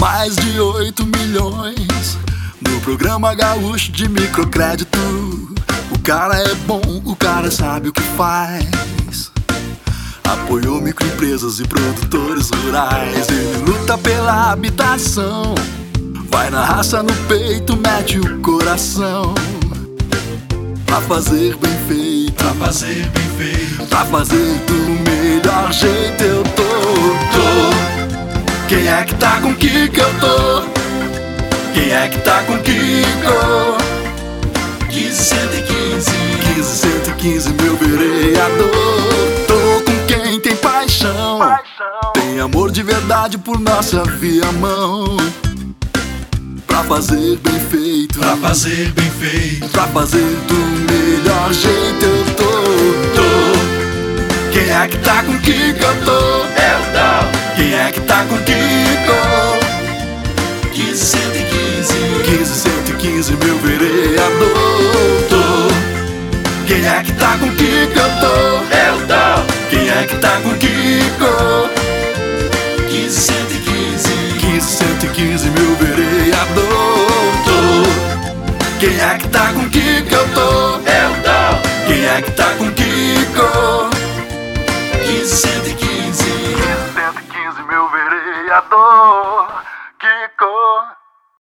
Mais de 8 milhões no programa gaúcho de microcrédito. O cara é bom, o cara sabe o que faz. Apoiou microempresas e produtores rurais. Ele luta pela habitação. Vai na raça, no peito, mete o coração. Pra fazer bem feito. Pra fazer bem feito. Pra fazer do melhor jeito eu tô. tô. Quem é que tá com Kiko? Eu tô. Quem é que tá com Kiko? 1515 1515, meu vereador. Tô com quem tem paixão. Tem amor de verdade por nossa via mão. Pra fazer bem feito. Pra fazer bem feito. Pra fazer do melhor jeito eu tô. tô. Quem é que tá com Kiko? Eu tô. Eu tô. Quem é que tá com Kiko? 1515 1515, meu vereador. Tô. Quem é que tá com Kiko? Eu tô. Eu tô. Quem é que tá com Kiko? 1515 1515, meu vereador. Tô. Quem é que tá com Kiko? Eu tô. Eu tô. Quem é que tá com Kiko? 1515 1515, meu vereador Kiko